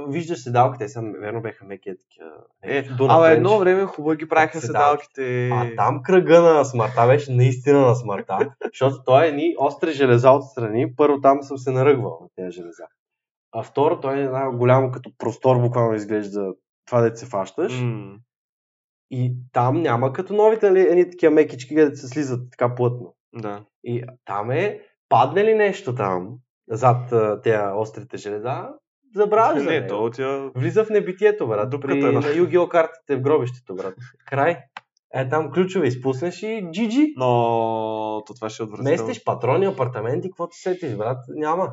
B: виждаш седалките, те са, верно беха меки такива.
A: Е,
B: Дунав
A: Абе,
B: Бенч.
A: едно време хубаво ги правиха
B: Седалки.
A: седалките.
B: А там кръга на смъртта беше наистина на смъртта, защото той е ни остри железа отстрани. Първо там съм се наръгвал на тези железа. А второ, той е една голямо като простор, буквално изглежда това да се фащаш.
A: М.
B: И там няма като новите, нали, едни такива мекички, където се слизат така плътно.
A: Да.
B: И там е, падне ли нещо там, зад а, тези острите железа, забравяш за
A: Не,
B: него.
A: то отива...
B: Влиза в небитието, брат.
A: Дупката
B: При,
A: е, да.
B: на Югио картите в гробището, брат. Край. Е, там ключове изпуснеш и GG.
A: Но то това ще е отвратително.
B: Местиш патрони, апартаменти, каквото сетиш, брат. Няма.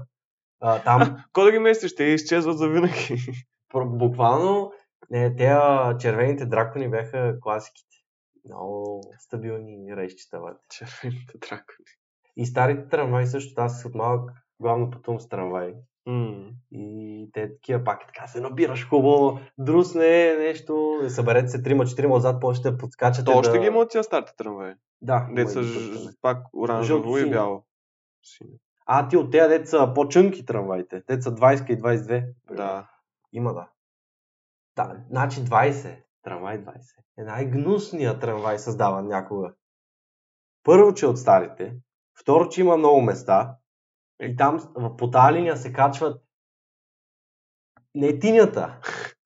B: А, там
A: Кой да ги местиш? Те изчезват завинаги.
B: про- буквално не, те червените дракони бяха класиките. Много стабилни рейсчета, брат.
A: Червените дракони.
B: И старите трамваи също. Аз от малък главно пътувам с трамвай.
A: М.
B: И те такива пак така се набираш хубаво, друсне нещо, съберете се трима-четирима отзад, после ще подскачате.
A: То още
B: да...
A: ги има от тия старите трамваи.
B: Да. има
A: Деца
B: и
A: ж-
B: друг трамвай.
A: пак оранжево и
B: Жълто-синьо.
A: бяло. Синьо.
B: А, ти от тези деца по-чънки трамвайте. Те са 20 и 22.
A: Да.
B: Има, да. Да, значи 20. Трамвай 20. Е най-гнусният трамвай създаван някога. Първо, че е от старите. Второ, че има много места. И там с- в- по тази линия се качват не тинята,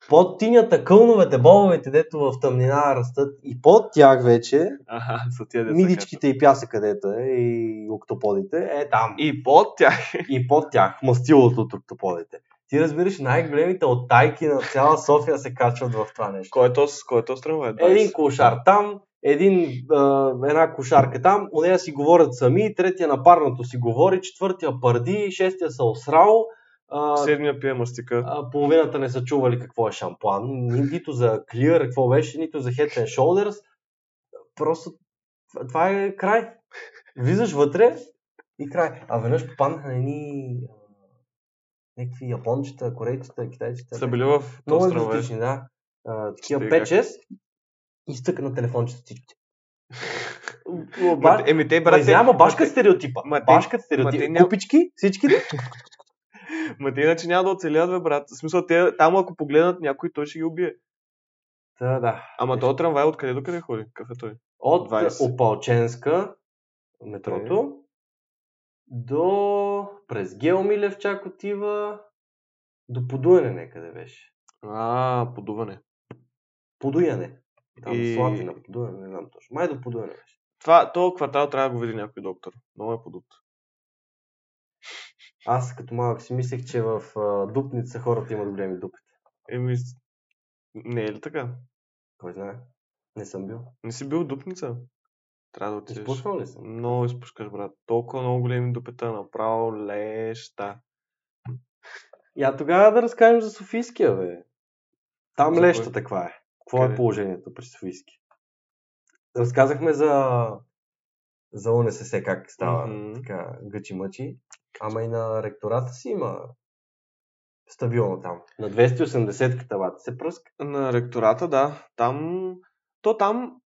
B: под тинята, кълновете, бобовете, дето в тъмнина растат и под тях вече
A: Аха, са тия деца.
B: мидичките и пясъка, дето е, и октоподите, е там
A: като. И под тях.
B: и под тях, мастилото от октоподите. Ти разбираш, най-големите от тайки на цяла София се качват в това нещо.
A: Кой е то, с- кой е то с трамвай?
B: Един кошар там, един, а, една кошарка там, нея си говорят сами, третия на парното си говори, четвъртия парди, шестия са осрал, а,
A: Седмия пие мастика.
B: а, половината не са чували какво е шампуан, ни- нито за Clear, какво беше, нито за Head and Shoulders. Просто това- това е край. Влизаш вътре и край. А веднъж попаднаха на едни а, някакви япончета, корейчета, китайчета.
A: Са били в
B: Много
A: този трамвай.
B: екзотични, да. А, такива
A: Стига.
B: 5-6 и стъка на телефончета всичките.
A: Ма те- Еми те, брат,
B: Брат,
A: те-
B: няма башка
A: ма те-
B: стереотипа.
A: ма те-
B: Башка
A: ма те
B: стереотипа.
A: няма-
B: Купички, всички.
A: Ма те иначе няма да оцелят, бе, брат. В смисъл, те там ако погледнат някой, той ще ги убие.
B: Та, да.
A: Ама този трамвай откъде до къде ходи? Какъв е той?
B: От
A: 20.
B: Опалченска, метрото, до през Геомилев чак отива, до Подуяне някъде беше.
A: А, подуване.
B: Подуяне. Там
A: И-
B: и... Слатина, Подуяне, не знам точно. Май до Подуяне беше.
A: Това, то квартал трябва да го види някой доктор. Много е подут.
B: Аз като малък си мислех, че в а, Дупница хората имат големи дупи.
A: Еми, с- не е ли така?
B: Кой знае? Не съм бил.
A: Не си бил в дупница? Трябва да отидеш.
B: Изпускал ли съм?
A: Много изпускаш, брат. Толкова много големи дупета, направо леща.
B: Я тогава да разкажем за Софийския, бе. Там
A: За кой?
B: лещата каква е? Какво
A: Къде?
B: е положението при Софийски? Разказахме за за УНСС как става
A: Мгм.
B: така гъчи-мъчи. Ама и на ректората си има стабилно там. На 280-ката бата се пръска.
A: На ректората, да. Там, то там,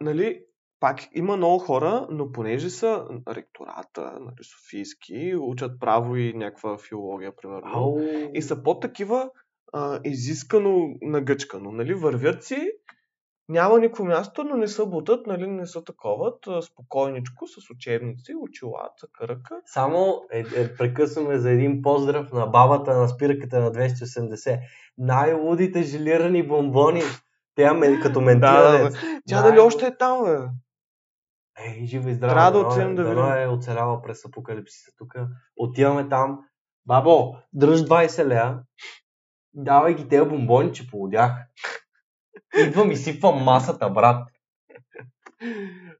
A: нали, пак има много хора, но понеже са ректората, нали, Софийски, учат право и някаква филология, примерно.
B: Ау,
A: и са по-такива а, изискано нагъчкано. Нали? Вървят си, няма никакво място, но не са бутат, нали? не са таковат, а, спокойничко, с учебници, очилата, кръка.
B: Само е, е, прекъсваме за един поздрав на бабата на спирката на 280. Най-лудите желирани бомбони. Тя ме, като ментира.
A: Да, да,
B: деца.
A: Тя дали
B: Най-луд-
A: още е там, бе?
B: Ей, жива и здрава.
A: Трябва да
B: дано е-
A: отидем да
B: дано
A: видим.
B: е оцеляла през апокалипсиса тук. Отиваме там. Бабо, дръж 20 лея. Давай ги тези бомбони, че полудях. Идвам и сипвам масата, брат.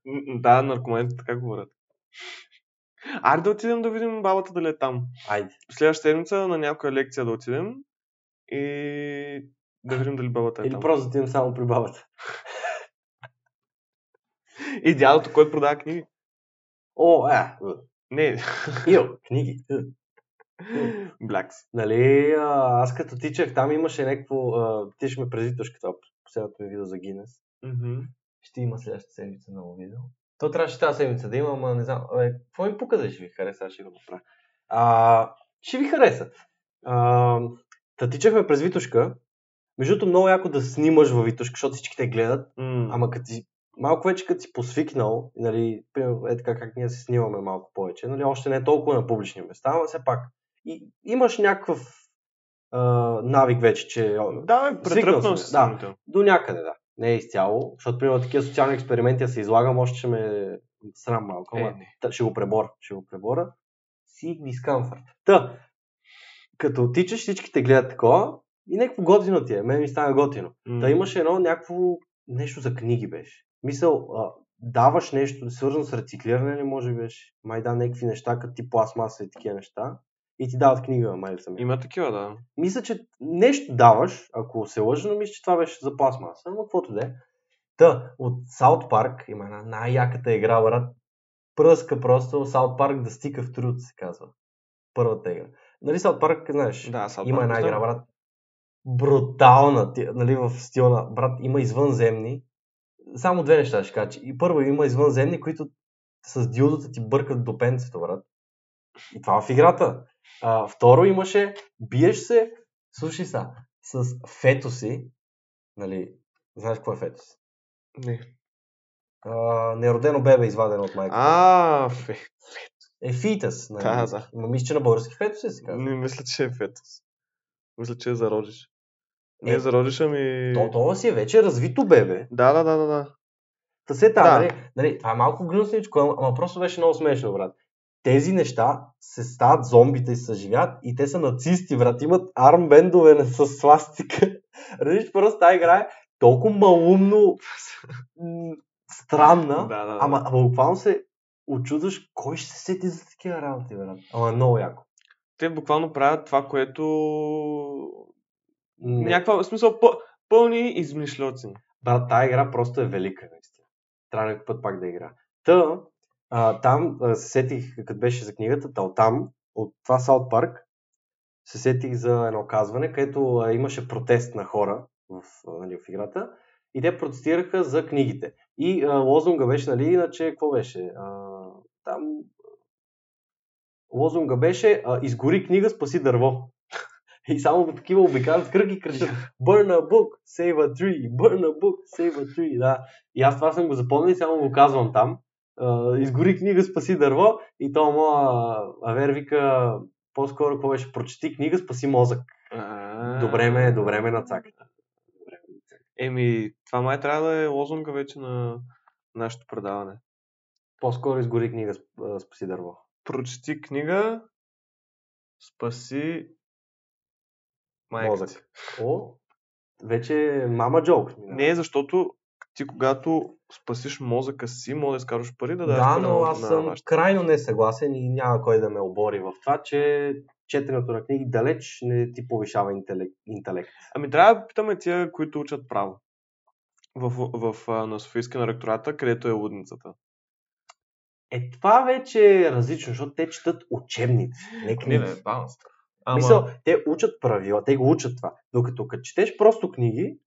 A: М, м, Да, наркоманите така говорят. Аре да отидем да видим бабата дали е там.
B: Айде.
A: Следващата седмица на някоя лекция да отидем и да видим дали бабата е
B: Или
A: там.
B: просто отивам само при бабата.
A: И дядото, който продава книги.
B: О, е,
A: Не,
B: ил, книги. Ил.
A: Блякс.
B: Нали, а, аз като тичах, там имаше някакво... а, Тичахме през Витошката, последното ми видео за Гинес.
A: Мгм.
B: ще има следващата седмица ново видео. То трябваше тази седмица да има, ама не знам. Абе, какво ми пука да ще ви хареса, аз ще го направя. А, ще ви хареса. А, Та тичахме през Витушка. Между другото, много яко да снимаш във Витушка, защото всички те гледат.
A: М,
B: Ама като си, малко вече като си посвикнал, нали, примерно, е така как ние се снимаме малко повече, нали, още не е толкова на публични места, ама все пак. И, имаш някакъв а, навик вече, че о,
A: Да, бе, претръпнал
B: съм,
A: се
B: да.
A: снимите.
B: до някъде, да. Не е изцяло, защото, примерно, такива социални експерименти аз се излагам, още ще ме срам малко. Ама...
A: Е, не.
B: Та, ще го пребора. Ще го пребора. Си дискомфорт. Та, като отичаш, всички те гледат такова и някакво готино ти е. Мен ми стана готино.
A: М.
B: Та имаше едно някакво нещо за книги беше. Мисъл, а, даваш нещо, свързано с рециклиране ли може би беше? Май да, някакви неща, като ти пластмаса и такива неща. И ти дават книга, май ли съм.
A: Има такива, да.
B: Мисля, че нещо даваш, ако се лъжа, но мисля, че това беше за пластмаса, но каквото да е.
C: Та, от Саут Парк, има една най-яката игра, брат. Пръска просто Саут Парк да стика в труд, се казва. Първата игра. Нали Саут Парк, знаеш?
A: Да, South
C: има
A: Park
C: една
A: знам.
C: игра, брат. Брутална, ти- нали, в стила на... Брат, има извънземни. Само две неща ще кажа. че И първо има извънземни, които с диодата ти бъркат до пенцето, брат. И това е в играта. А, второ имаше, биеш се, слушай са, с фетоси, нали, знаеш какво е фетос?
A: Не.
C: А, неродено бебе, извадено от майка.
A: А, фе.
C: Е фитъс. Нали?
A: Да, да.
C: Ма мисля, че на български фетус ли се казва.
A: Не мисля, че е фетус. Мисля, че е зародиш. Не
C: Е.
A: е зародиш, ами...
C: То, това си е вече развито бебе.
A: Да, да, да, да, да.
C: Та се там,
A: Да.
C: нали, нали, това е малко гнусничко, ама- ама просто беше много смешно, брат. Тези неща се стават зомбите и се съживяват и те са нацисти, брат. Имат армбендове на- с сластика. Разбираш, просто тази игра е толкова малумно м, странна.
A: Да, да, да.
C: Ама, ама буквално се очудваш кой ще се сети за такива работи, брат. Ама е много яко.
A: Те буквално правят това, което...
C: Не.
A: Някаква, в смисъл, пъ... пълни измишлеци.
B: Брат, тая игра просто е велика, наистина. Трябва някой път пак да игра. Та, а, там а, се сетих, като беше за книгата, та там, от това Саут Парк, се сетих за едно казване, където а, имаше протест на хора в, а, нали, в играта и те протестираха за книгите. И а, лозунга беше, нали, иначе, какво беше? А, там лозунга беше а, изгори книга, спаси дърво. И само такива обикалят с кръг и кръщат Burn a book, save a tree. Burn a book, save a tree. Да. И аз това съм го запомнил и само го казвам там. А, изгори книга, спаси дърво. И то моя Авер вика по-скоро какво беше? Прочети книга, спаси мозък.
A: А,
B: Добре
C: е,
B: ме, добре ме на цак.
A: Еми, това май трябва да е лозунга вече на нашето предаване.
B: По-скоро изгори книга, сп- а, спаси дърво.
A: Прочети книга, спаси майка ти.
B: Мозък. О, вече мама джок.
A: Не, е защото ти когато спасиш мозъка си, може да изкараш пари
C: Да,
A: да дадеш пари
C: но
A: на-
C: аз
A: на
C: съм
A: нашите.
C: крайно несъгласен и няма кой да ме
B: Обори в това, че четенето на книги далеч не ти повишава интелект. интелект.
A: Ами трябва да питаме тия, които учат право. В, в, в, а, на Софийския на ректората, където е лудницата.
B: Е, това вече е различно, защото те четат учебници, не книги.
A: баланс.
B: Ама...
A: Ама,
B: Мисъл, те учат правила, те го учат това. Докато като четеш просто книги,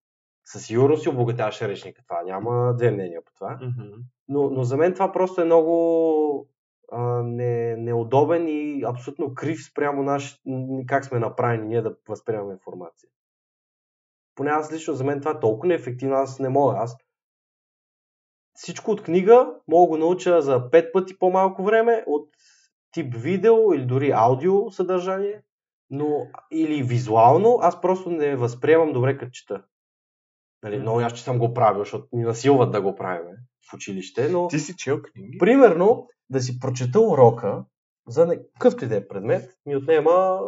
B: със сигурност си обогатяваш речника. Това няма две мнения по това.
A: мгм.
B: Но, но за мен това просто е много а, не, неудобен и абсолютно крив спрямо наш, н- как сме направени ние да възприемаме информация. Поне аз лично за мен това е толкова неефективно, аз не мога. Аз всичко от книга мога да го науча за пет пъти по-малко време от тип видео или дори аудио съдържание, но или визуално, аз просто не възприемам добре като чета. Нали,
A: Мгм.
B: много аз че съм го правил, защото ни насилват да го правим в училище, но...
A: Ти си чел книги?
B: Примерно, да си прочета урока за не- какъвто и да е предмет, ми отнема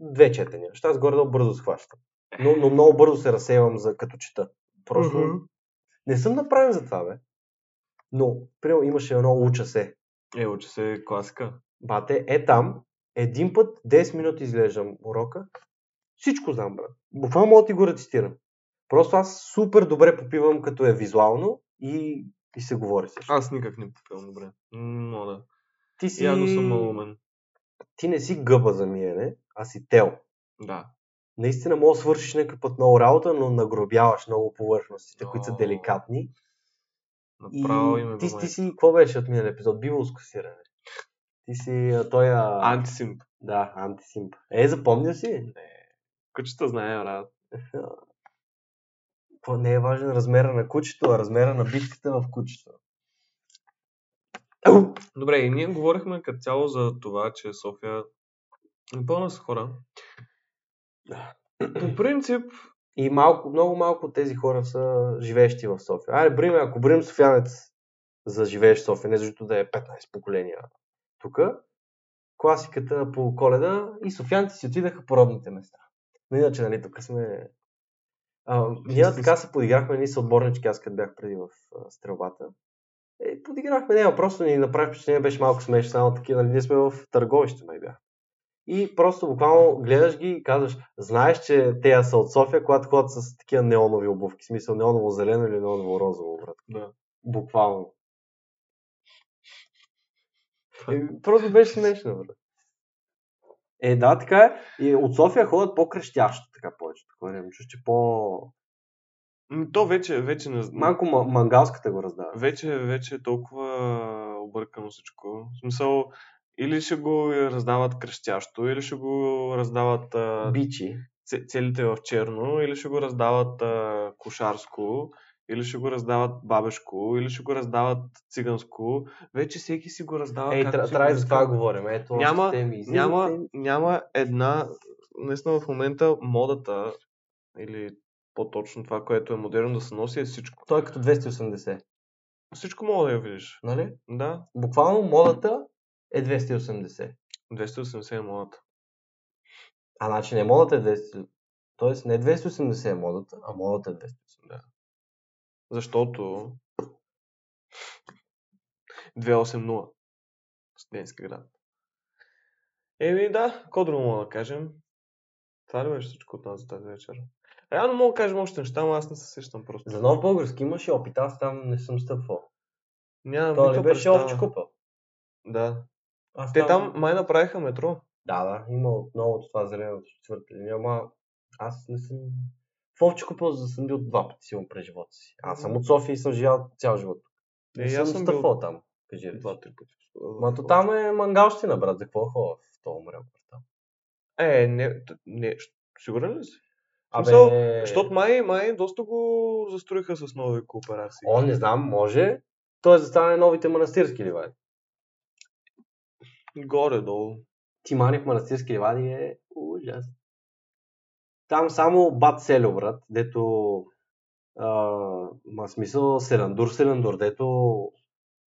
B: две четения. Ще аз горе бързо схващам. Но, но много бързо се разсейвам за като чета. Просто
A: Мгм.
B: не съм направен за това, бе. Но, примерно, имаше едно уча се.
A: Е, учи се класика.
B: Бате, е там, един път, 10 минути изглеждам урока. Всичко знам, брат. Буквално мога да ти го рецитирам. Просто аз супер добре попивам, като е визуално и, и се говори също.
A: Аз никак не попивам добре. Но да.
B: Ти си...
A: Явно съм малумен.
B: ти не си гъба за миене, а си тел.
A: Да.
B: Наистина мога да свършиш някакъв път много работа, но нагробяваш много повърхностите,
A: О,
B: които са деликатни.
A: Направо
B: и
A: име
B: ти, ти си, какво беше от миналия епизод? Биволско сирене. Ти си а, той... А...
A: Антисимп.
B: Да, антисимп. Е, запомня си?
A: Не. Кучета знае, брат.
B: Какво не е важен размера на кучето, а размера на битката в кучето.
A: Добре, и ние говорихме като цяло за това, че София е пълна с хора. По принцип,
B: И малко, много малко от тези хора са живеещи в София. Аре, бриме, ако брим Софиянец за живеещ в София, не защото да е 15 поколения тук, класиката по коледа и софиянци си отидаха по родните места. Но иначе, нали, тук сме... А, ние така се подиграхме, ние са отборнички, аз като бях преди в а, стрелбата. Е, подиграхме, няма, просто ни направи впечатление, беше малко смешно, само такива, нали, ние сме в търговище, май бях. И просто буквално гледаш ги и казваш, знаеш, че те са от София, когато ходят с такива неонови обувки. В смисъл неоново зелено или неоново розово, брат.
A: Да.
B: Буквално. Е, просто беше смешно, брат.
D: Е, да, така е. И от София ходят по-крещящо, така повече. Такова време. Чуш, че по...
A: м, то вече, вече не знам.
D: Малко м- мангалската го раздава.
A: вече, вече е толкова объркано всичко. В смисъл, или ще го раздават крещящо, или ще го раздават а,
D: Бичи.
A: ц- целите в черно, или ще го раздават а, кошарско, или ще го раздават бабешко, или ще го раздават циганско. Вече всеки си го раздава
B: Ей,
A: както
B: тра-
A: си
B: трябва и
A: го
B: за това
A: иска.
B: говорим. Ето,
A: Няма-
B: още теми. излизат
A: Няма,
B: теми.
A: няма една... Наистина в момента модата, или по-точно това, което е модерно да се носи, е всичко.
B: Той е като 280,
A: Всичко мога да я видиш.
B: нали?
A: Да,
B: Буквално модата е 280.
A: 280 е модата.
B: А значи не модата е 200. Тоест не 280 е модата, а модата е 280.
A: Защото 280 студентски град. Еми да, какво друго мога да кажем? Това ли беше всичко от нас за тази вечер? Реално мога да кажем още неща, но аз не се сещам просто.
B: За нов български имаше опит, аз там не съм стъпвал.
A: Нямам
B: Той ли
A: никаква
B: беше
A: представа.
B: овче купа?
A: Да.
B: Аз
A: е, Те там май направиха метро.
B: Да, да, има отново от това зелено от четвърта линия, ама аз не съм... В Овче купел за- съм бил два пъти сигурно през живота си. Аз съм от София и съм живял цял живот. Не
A: Е,
B: съм,
A: аз
B: съм
A: съм бил
B: стъпвал там, кажи ли.
A: два-три пъти.
B: Мато там е мангалщина, брат, за какво хора в този мрел квартал?
A: Е, не, т- не, щ- сигурен ли си?
B: Абе,
A: смисъл,
B: Е.
A: Защото май, май доста го застроиха с нови кооперации.
B: О, не знам, може. Той застане новите манастирски ливади.
A: Горе-долу.
B: Тимани в манастирски ливади е ужас.
D: Там само Бат Селю, брат, дето... А, ма смисъл Селандур, Селандур, дето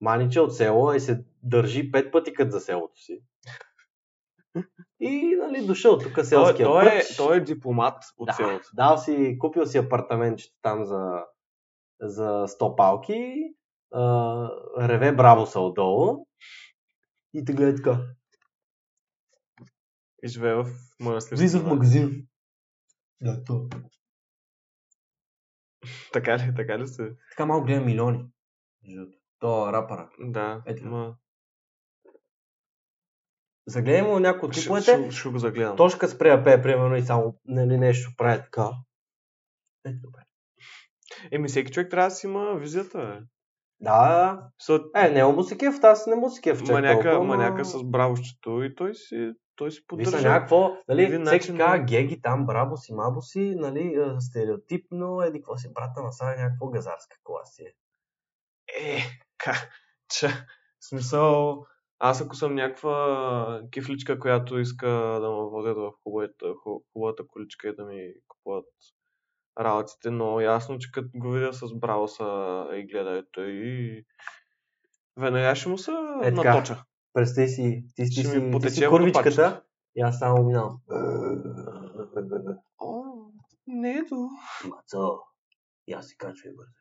D: маниче от село е и се държи пет пъти кът за селото си. И, нали, дошъл тук
A: Той,
D: селския
A: той, е,
D: пръч.
A: той е дипломат от
D: да,
A: селото.
D: Дал си, купил си апартаментче там за, за 100 палки, а, реве браво са отдолу и те гледа така.
A: И живее в манастир.
B: магазин. Да, то.
A: Така ли, така ли се?
B: Така малко гледа милиони. между другото. То е рапъра.
A: Да.
B: Ето.
A: Ма...
B: Загледай му някои от е
A: Ще,
B: клиповете.
A: ще, ще го загледам.
B: Точка спре да пее, примерно, и само нали, нещо прави така. Ето, добре.
A: Еми, всеки човек трябва да си има визията. бе.
D: Да,
A: Со...
D: е, не е Мусикев, аз не Мусикев. чак
A: маняка,
D: толкова, ама-
A: маняка с бравощето и той си, той си
B: Мисля,
A: поддържа.
B: някакво, нали,
A: Един
B: всеки
A: начин,
B: казва
A: да.
B: геги там, брабо си, мабо си, нали, а, стереотипно, еди, какво си, брата на сега някакво газарска кола си е.
A: Е, ка, че, в смисъл, аз ако съм някаква кифличка, която иска да ме водят в хубавата, ху- хубавата количка и да ми купуват работите, но ясно, че като го видя с Брауса и гледа ето и веднага ще му се
B: Е, така.
A: наточа.
B: Представи си, ти, ти,
A: Ще
B: си,
A: ми
B: ти
A: потече
B: си
A: в
B: курвичката
A: копачето.
B: и аз само минавам. е,
A: О, не е ето.
B: Мацо, и аз се качвай бързо.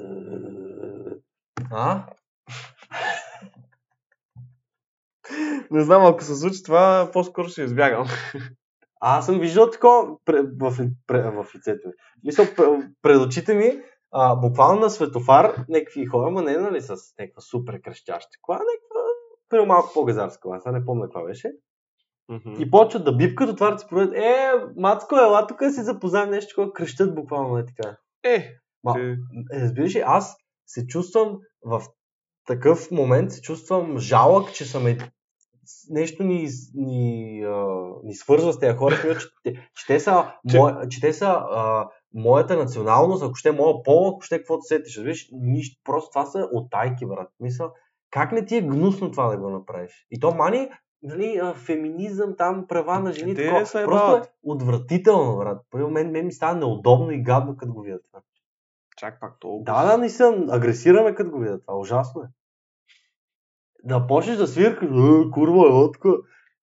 D: Е,
B: А?
A: Не знам, ако се случи това, по-скоро ще избягам.
D: А, Аз съм виждал такова пре- в, ли- пре- в лицето ми. Мисъл, пре- пред очите ми, а, буквално на светофар, някакви хора, ма не нали, с някаква супер крещяща кола, някаква при малко по-газарска кола, сега не помня каква беше. И почват да бипкат, отварят се проверят, е, мацко, ела тук да си запознаем нещо, такова крещят буквално е така.
A: Е,
D: Ма,
A: ти-
D: Е, разбираш
B: Виж,
D: ли, а,
B: аз се чувствам в такъв момент, се чувствам жалък, че съм е нещо ни, ни, а, ни свързва с тези хора, смисъл, че, те- че те са,
A: Че-
B: моя, че те са а, моята националност, ако ще е моя пол, ако ще е каквото сетиш. Виж, нищо, просто това са отайки, брат. Мисъл, как не ти е гнусно това да го направиш? И то мани, нали, а, феминизъм, там права на
A: Е,
B: жените.
A: те
B: такова.
A: се ебават.
B: Просто е отвратително, брат. При мен, мен ми става неудобно и гадно, като го видя това.
A: Чак пак толкова.
B: Да, да, не съм. Агресираме като го видя това. Ужасно е. Да почнеш да свиркаш, «Е, курва, е отка.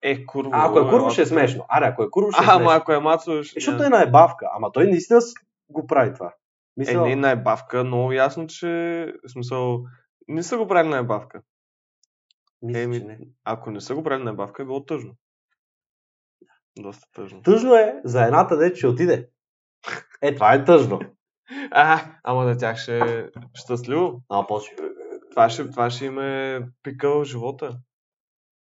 A: Е, курво.
B: А, ако е курва,
A: мацо.
B: ще е смешно. Аре, ако е курва, ще
A: А,
B: е смешно.
A: ама ако е мацо, ще...
B: Защото е наебавка. Ама той наистина с- го прави това.
A: Е,
B: Мисля,
A: не най-бавка, много ясно, че... В смисъл, не са го правили най-бавка.
B: мисля,
A: Еми,
B: че не.
A: Ако не са го правили най-бавка, е било тъжно. Доста тъжно.
B: Тъжно е за едната дет, ще отиде. Е, това е тъжно.
A: А, ама на тях ще е щастливо.
B: Ама после.
A: Това ще, това ще им е пикал живота.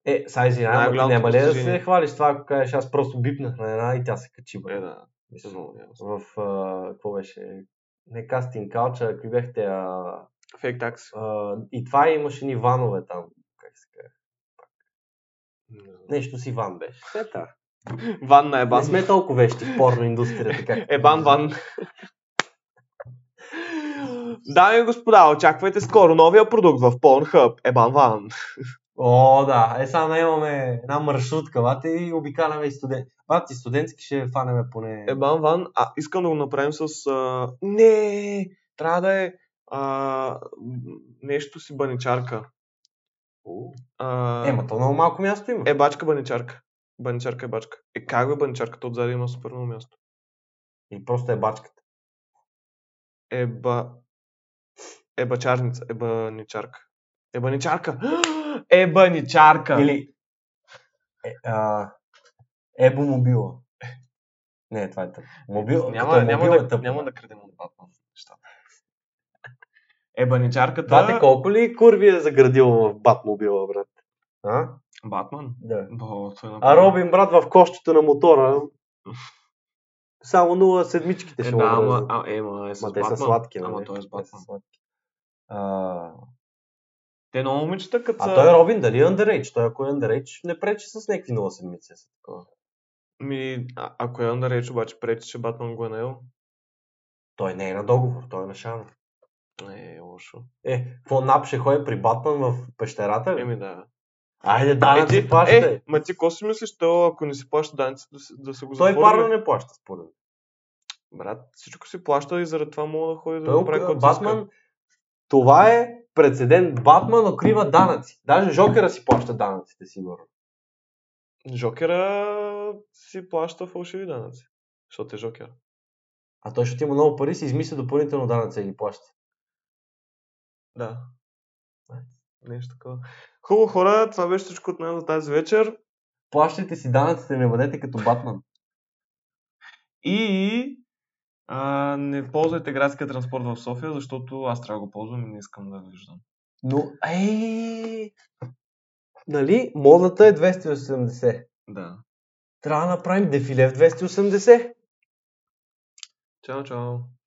B: Е, сега извинявай, ама ти
A: Най-голямото
B: няма ли да
A: постижение.
B: се хвалиш това, ако кажеш, аз просто бипнах на една и тя се качи. бе.
A: Е, да.
B: Мисля,
A: Много е ясно.
B: в, а, какво беше, не кастинг кауча, какви бяхте, а,
A: Фейк такси.
B: а, и това имаше ни ванове там, как се казва. Нещо си ван беше.
A: Е,
B: Все та.
A: Ван на ебан.
B: Не сме толкова вещи в порно индустрията. Как...
A: Ебан, ван. Дами и господа, очаквайте скоро новия продукт в Pornhub. Ебан, ван.
B: О, да. Е, сега ние имаме една маршрутка, бате, и обикаляме и студент. Бати, студентски ще фанеме поне...
A: Ебан, Е, ван. А, искам да го направим с... А... Не, трябва да е а... м, нещо си баничарка.
B: О.
A: А...
B: Е, ма то много малко място има.
A: е, бачка, баничарка. Баничарка е бачка. Е, как бе баничарката отзади има супер много място?
B: И просто е бачката.
A: Еба... е, Ебачарница. Ебаничарка. Ебаничарка! Е, Ебаничарка!
B: Или... Е, а... Ебо мобила. Не, това е тъп. Мобил,
A: Няма,
B: като
A: няма,
B: мобил е
A: да,
B: тъп.
A: няма да крадем от Батман нещата.
B: Е,
A: Ебаничарката...
E: Бате, колко ли курви е заградил в Батмобила, брат?
B: А?
A: Батман?
B: Да.
A: Бо,
B: е
A: той
E: А Робин, брат, в кощето на мотора само 0 седмичките
A: Е,
E: ще
A: да,
E: му
A: ама,
E: връзват.
A: а, е, ма, е с
E: Ма те са
A: Батман.
E: сладки,
A: Ама
E: нали?
A: той е с Батман.
B: А,
A: Те много момичета, като
B: а
A: са...
B: той Робин дали е underage? Той ако е underage, не пречи с някакви 0 седмици. с такова.
A: Ми, а, ако е Underage, обаче пречи, че Батман го е наел.
B: Той не е на договор, той е на шана.
A: Е, е лошо.
B: Е, какво нап ще ходи при Батман в пещерата? ли?
A: Еми да.
B: Айде, Е. да,
A: е,
B: не
A: ти,
B: ти плаща.
A: е, ма ти какво си мислиш, то, ако не си плаща данци, да, си- да са го
B: Той
A: затворили?
B: парно не плаща, според мен.
A: Брат, всичко си плаща и заради това мога да ходи да
B: Той
A: го прави
B: укрива
A: каквото си иска.
B: Батман. Това е прецедент. Батман укрива данъци. Даже Жокера си плаща данъците, сигурно.
A: Жокера си плаща фалшиви данъци. Защото е Жокер.
B: А той, защото има много пари, си измисля допълнително данъци и ги плаща.
A: Да. Нещо такова. Хубаво хора, това беше всичко от нас за тази вечер.
B: Плащайте си данъците, не бъдете като Батман.
A: И а, не ползвайте градския транспорт в София, защото аз трябва да го ползвам и не искам да го виждам.
B: Но, ей! Нали, модата е 280.
A: Да.
B: Трябва да направим дефиле в 280.
A: Чао, чао.